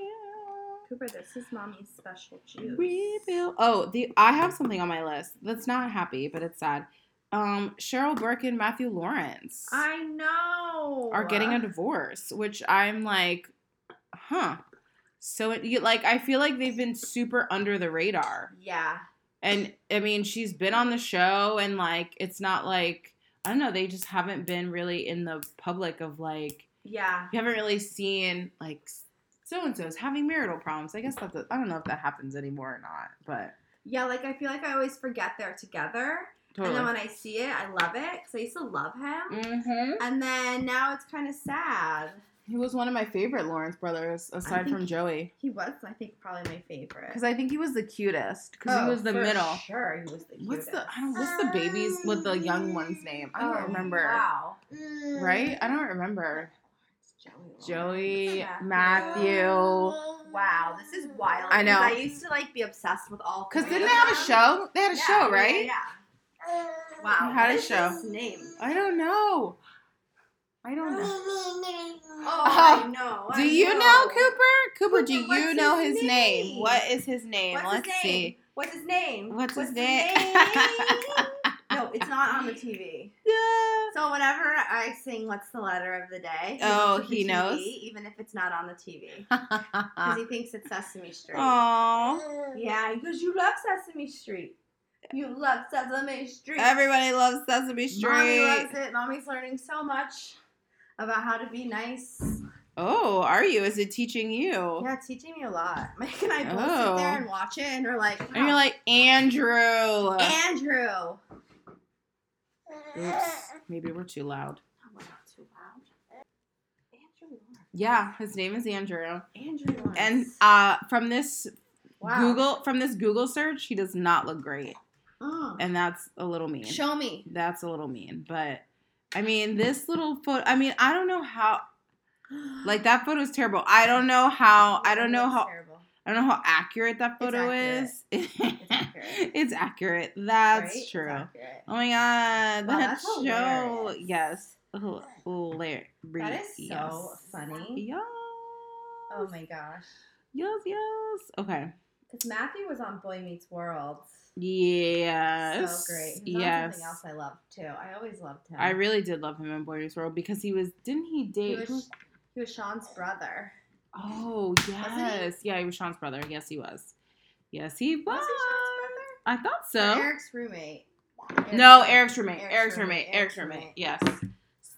Cooper, this is mommy's special juice.
Refill. Oh, the I have something on my list that's not happy, but it's sad. Um, Cheryl Burke and Matthew Lawrence
I know.
are getting a divorce, which I'm like, huh. So it you, like I feel like they've been super under the radar,
Yeah.
and I mean she's been on the show, and like it's not like I don't know they just haven't been really in the public of like
Yeah.
you haven't really seen like so and so's having marital problems. I guess that's I I don't know if that happens anymore or not, but
Yeah, like I feel like I always forget they're together. And then
totally.
when I see it, I love it because I used to love him.
hmm
And then now it's kind of sad.
He was one of my favorite Lawrence brothers, aside
think-
from Joey,
He was, I think, probably my favorite.
because I think he was the cutest. Because he was the
Oh, for
middle.
Sure, he was the
What's the
cutest.
I don't, what's the baby's with the young one's name? I don't
Oh,
remember.
Wow.
Right? I don't remember.
It's
Joey,
Matthew.
Matthew.
Wow, this is wild.
I know.
'cause I used to like be obsessed with all.
Because
three
didn't they
of
have a
them.
show? They had a
Yeah,
show,
yeah,
right?
Yeah. Wow.
They had
what
a
is
show.
His name.
I don't know. I don't know.
Oh,
Oh,
I know. I
Do you know Cooper? Cooper, do
Cooper, what's
you know
his
his name?
name?
What is his name?
What's
Let's
his name?
see.
What's his name?
What's his name?
name? no, it's not on the TV.
Yeah.
So whenever I sing "What's the letter of the day,"
Oh,
looks at the
he
TV,
knows?
even if it's not on the TV, because he thinks it's Sesame Street.
Aw.
Yeah, because you love Sesame Street. You love Sesame Street.
Everybody loves Sesame Street.
Mommy loves it. Mommy's learning so much about how to be nice.
Oh, are you? Is it teaching you?
Yeah, it's teaching me a lot. Mike and I both
Oh.
sit there and watch it, and we're like,
And you're
"Wow,
like, Andrew.
Andrew.
Oops. Maybe we're too loud.
Oh, we're not too loud. Andrew Lawrence.
Yeah, his name is Andrew.
Andrew Lawrence.
And uh from this
Wow.
Google from this Google search, he does not look great.
Mm.
And that's a little mean.
Show me.
That's a little mean, but I mean, this little photo, I mean, I don't know how like that photo is terrible. I don't know how I don't know
That's
how
Terrible.
I don't know how accurate that photo
accurate.
is. it's
accurate.
accurate. That's
Right? It's
true.
accurate.
Oh my god,
Wow,
that
that's
show.
hilarious.
Yes. Hila- Hilarious.
That is so funny.
Yes.
Oh my gosh.
Yes, yes. Okay.
Because Matthew was on Boy Meets World.
Yes.
So great. He was on
yes.
something else I loved too. I always loved him.
I really did love him in Boy Meets World because he was didn't he
He
date
was, he was Sean's brother.
Oh yes. Yeah, he was Sean's brother. Yes, he was. Yes, he was.
Was he Sean's
I thought so.
brother? Or Eric's roommate.
no, Eric's roommate.
Eric's
Eric's
roommate,
roommate.
Eric's
Eric's roommate. Yes.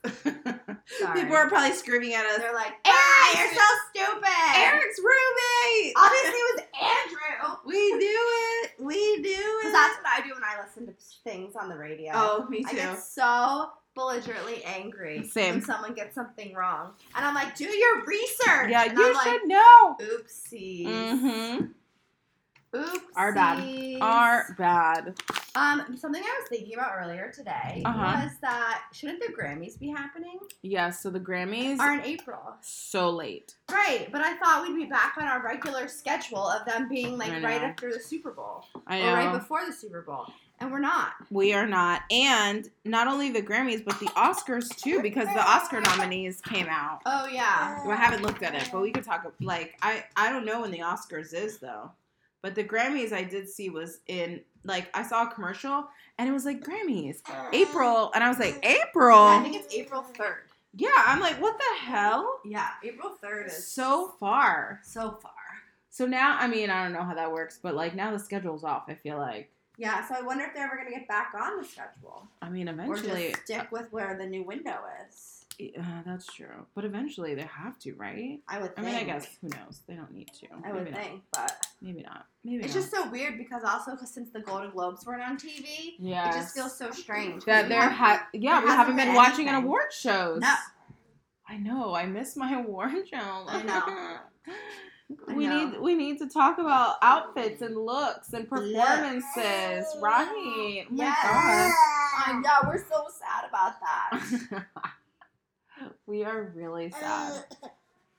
Sorry.
People are probably screaming at us.
They're like,
Eric's-
ah, you're so stupid.
Eric's roommate.
Obviously, it was Andrew.
We do it. We do
Because
it.
that's what I do when I listen to things on the radio.
oh, me
I
too.
get so belligerently angry
Same.
when someone gets something wrong. And I'm like, do your research.
Yeah,
and
you
I'm
should know.
Like, Oopsies.
Mm-hmm.
Oopsies.
Our bad. Are bad.
Um, something I was thinking about earlier today
Uh-huh.
was that shouldn't the Grammys be happening?
Yes. So the Grammys
Are
are
in April.
so late.
Right, but I thought we'd be back on our regular schedule of them being
I
like
know.
right after the Super Bowl
I
or
know.
right before the Super Bowl, and we're not.
We are not. And not only the Grammys, but the Oscars too, because the Oscar nominees came out.
Oh yeah,
Well, I haven't looked at it, but we could talk. Like, I I don't know when the Oscars is though, but the Grammys I did see was in like I saw a commercial and it was like Grammys April, and I was like
Yeah, I
April.
think it's April third.
Yeah, I'm like, what the hell?
Yeah, April third is
So far.
so far.
So now, I mean, I don't know how that works, but like now the schedule's off. I feel like.
Yeah, so I wonder if they're ever gonna get back on the schedule
I mean,
or
eventually,
just stick with where the new window is.
uh, that's true. But eventually, they have to, right?
I would.
I
Think.
mean, I guess who knows? They don't need to.
I would
Maybe not.
think, but
Maybe not. Maybe
it's
not.
just so weird because also 'cause since the Golden Globes weren't on TV,
yeah.
it just feels so strange
that
We
there
haven't-
ha- yeah
there
we haven't
hasn't
been
been
watching an
anything.
award shows.
No.
I know. I miss my award show.
I know. I
We
know.
need we need to talk about outfits and looks and performances, right? Oh my
I know. We're so sad about that.
gosh. we are really sad.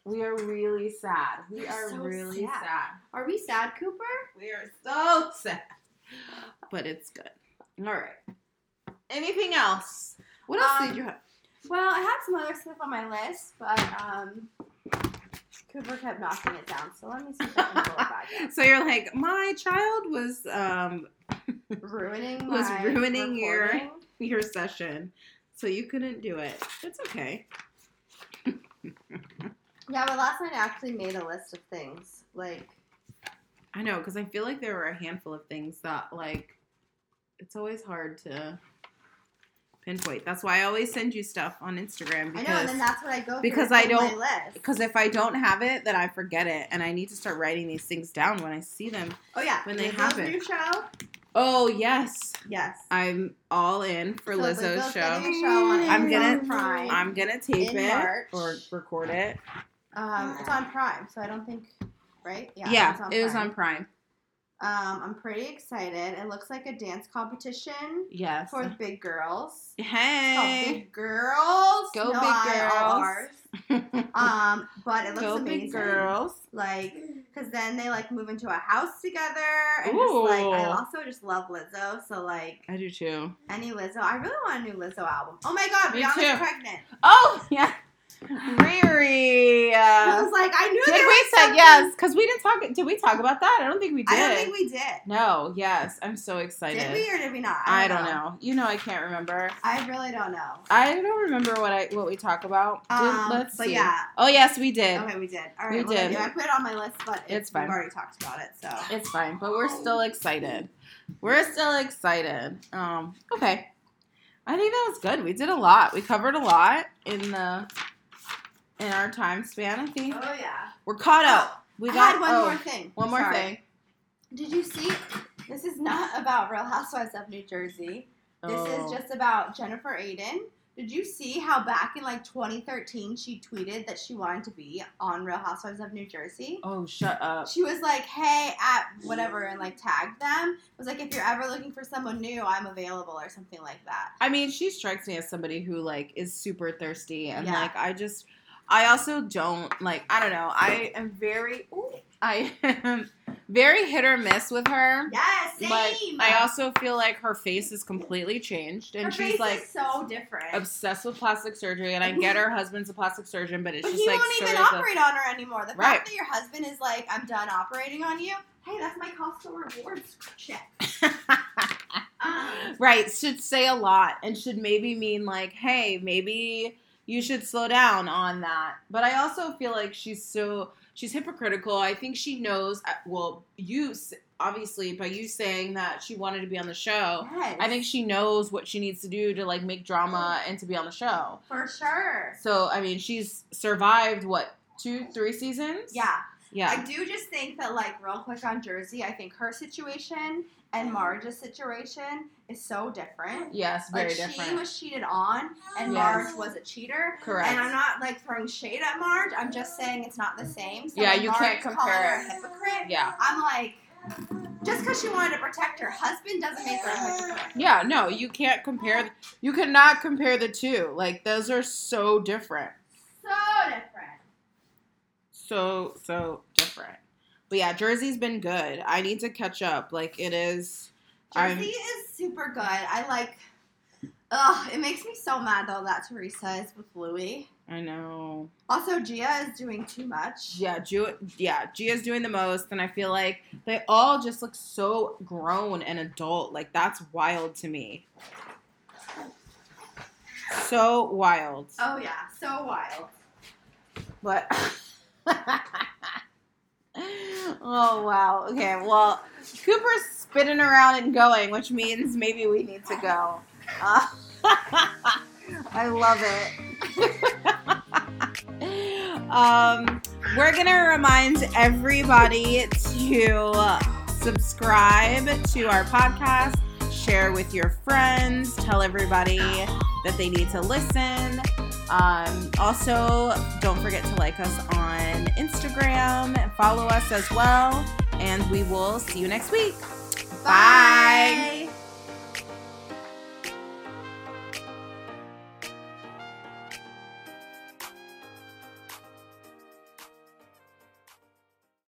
We are really sad. We
We're
are
so
really
sad.
sad.
Are we sad, Cooper?
We are so sad. But it's good. All right. Anything else? What else
Um,
did you have?
Well, I had some other stuff on my list, but um, Cooper kept knocking it down. So let me see if I can pull it back up.
So you're like, my child was um
Ruining
Was
my
ruining your-
recording.
your session, so you couldn't do it. It's okay.
Yeah, well, last night I actually made a list of things like
I know, because I feel like there were a handful of things that like it's always hard to pinpoint. That's why I always send you stuff on Instagram
I know, and then
because
that's what I go through
because
to
I
build
don't-
my list.
because if I don't have it, then I forget it, and I need to start writing these things down when I see them.
oh yeah,
when they
Lizzo's
happen.
new show.
Oh yes,
Yes,
I'm all in for
So
Lizzo's
Lizzo's getting
show.
a show on
I'm
Amazon
gonna-
Prime.
I'm gonna tape
in
it
March.
or record it.
Um, it's on Prime, so I don't think, right?
Yeah, it was on Prime.
Um, I'm pretty excited. It looks like a dance competition
Yes.
for Oh, big girls. It's called
hey.
Big girls.
Go
No
Big
I, all R's. um, but it looks
Go
amazing.
big girls.
Like, cause then they like move into a house together, and just like I
Ooh.
also just love Lizzo. So like
I do too.
any Lizzo, I really want a new Lizzo album. Oh my God,
Me
Rihanna's
too.
pregnant.
Oh yeah, Riri.
I
Uh,
was like, I knew
did we
there was
say
something-
yes? Because we didn't talk. Did we talk about that? I don't think we did.
I don't think we did.
no. Yes, I'm so excited.
Did we or did we not?
I don't know. You know, I can't remember.
I really don't know.
I don't remember what I what we talk about. Did-
Um,
let's
but
see.
yeah.
Oh yes, we did.
Okay, we did. All right,
We
well, thank
did.
you. I put it on my list, but
It's
it's,
fine.
We've already talked about it, so
It's fine, but we're still excited. We're still excited. Um, okay. I think that was good. We did a lot. We covered a lot in the in our time span, I think.
yeah.
We're caught up. We
I
got
had one
oh,
more thing.
one more
Sorry.
thing.
Did you see? This is not about Real Housewives of New Jersey. This
Oh.
is just about Jennifer Aiden. Did you see how back in like 2013 she tweeted that she wanted to be on Real Housewives of New Jersey?
Oh, shut up.
She was like, "Hey, at whatever," and like tagged them. It was like, "If you're ever looking for someone new, I'm available," or something like that.
I mean, she strikes me as somebody who like is super thirsty and
Yeah.
like I just I also don't like I don't know. I am very ooh, I am very hit or miss with her.
Yes,
Like
same.
I also feel like her face is completely changed, and
Her
she's
face
like
is so different.
obsessed with plastic surgery. And I get her husband's a plastic surgeon, but it's
But
just
he
like
won't
so
even
ridiculous.
operate on her anymore. The
Right.
fact that your husband is like, I'm done operating on you. Hey, that's my cost and rewards check. Um,
right should say a lot, and should maybe mean like, hey, maybe you should slow down on that. But I also feel like she's so she's hypocritical. I think she knows. uh, Well, you s- obviously by you saying that she wanted to be on the show.
yes,
I think she knows what she needs to do to like make drama and to be on the show.
for sure.
So I mean, she's survived what two, three seasons?
Yeah. I
yeah.
do just think that, like, real quick on Jersey, I think her situation
Mm-hmm.
and Marge's situation is so different.
yes, very
like, she
different.
was cheated on, and
Yes.
Marge was a cheater.
Correct.
And I'm not like throwing shade at Marge. I'm just saying it's not the same. So
Yeah,
when
you
Marge
can't
calling
compare
her a hypocrite.
yeah,
I'm like, just because she wanted to protect her husband doesn't make her a hypocrite.
yeah. No, you can't compare. You cannot compare the two. Like those are so different,
So different.
so so different. But yeah, Jersey's been good. I need to catch up. Like it is. I'm-
Jersey is super good. I like. Ugh, it makes me so mad though that Teresa is with Louis.
I know.
Also, Gia is doing too much.
Yeah, Ju- yeah, Gia's doing the most, and I feel like they all just look so grown and adult. Like that's wild to me. So wild.
Oh yeah, so wild.
But oh wow. Okay. Well, Cooper's spinning around and going, which means maybe we need to go. Uh, I love it. um, we're gonna remind everybody to subscribe to our podcast, share with your friends, tell everybody that they need to listen. Um, also, don't forget to like us on Instagram and follow us as well. And we will see you next week. Bye.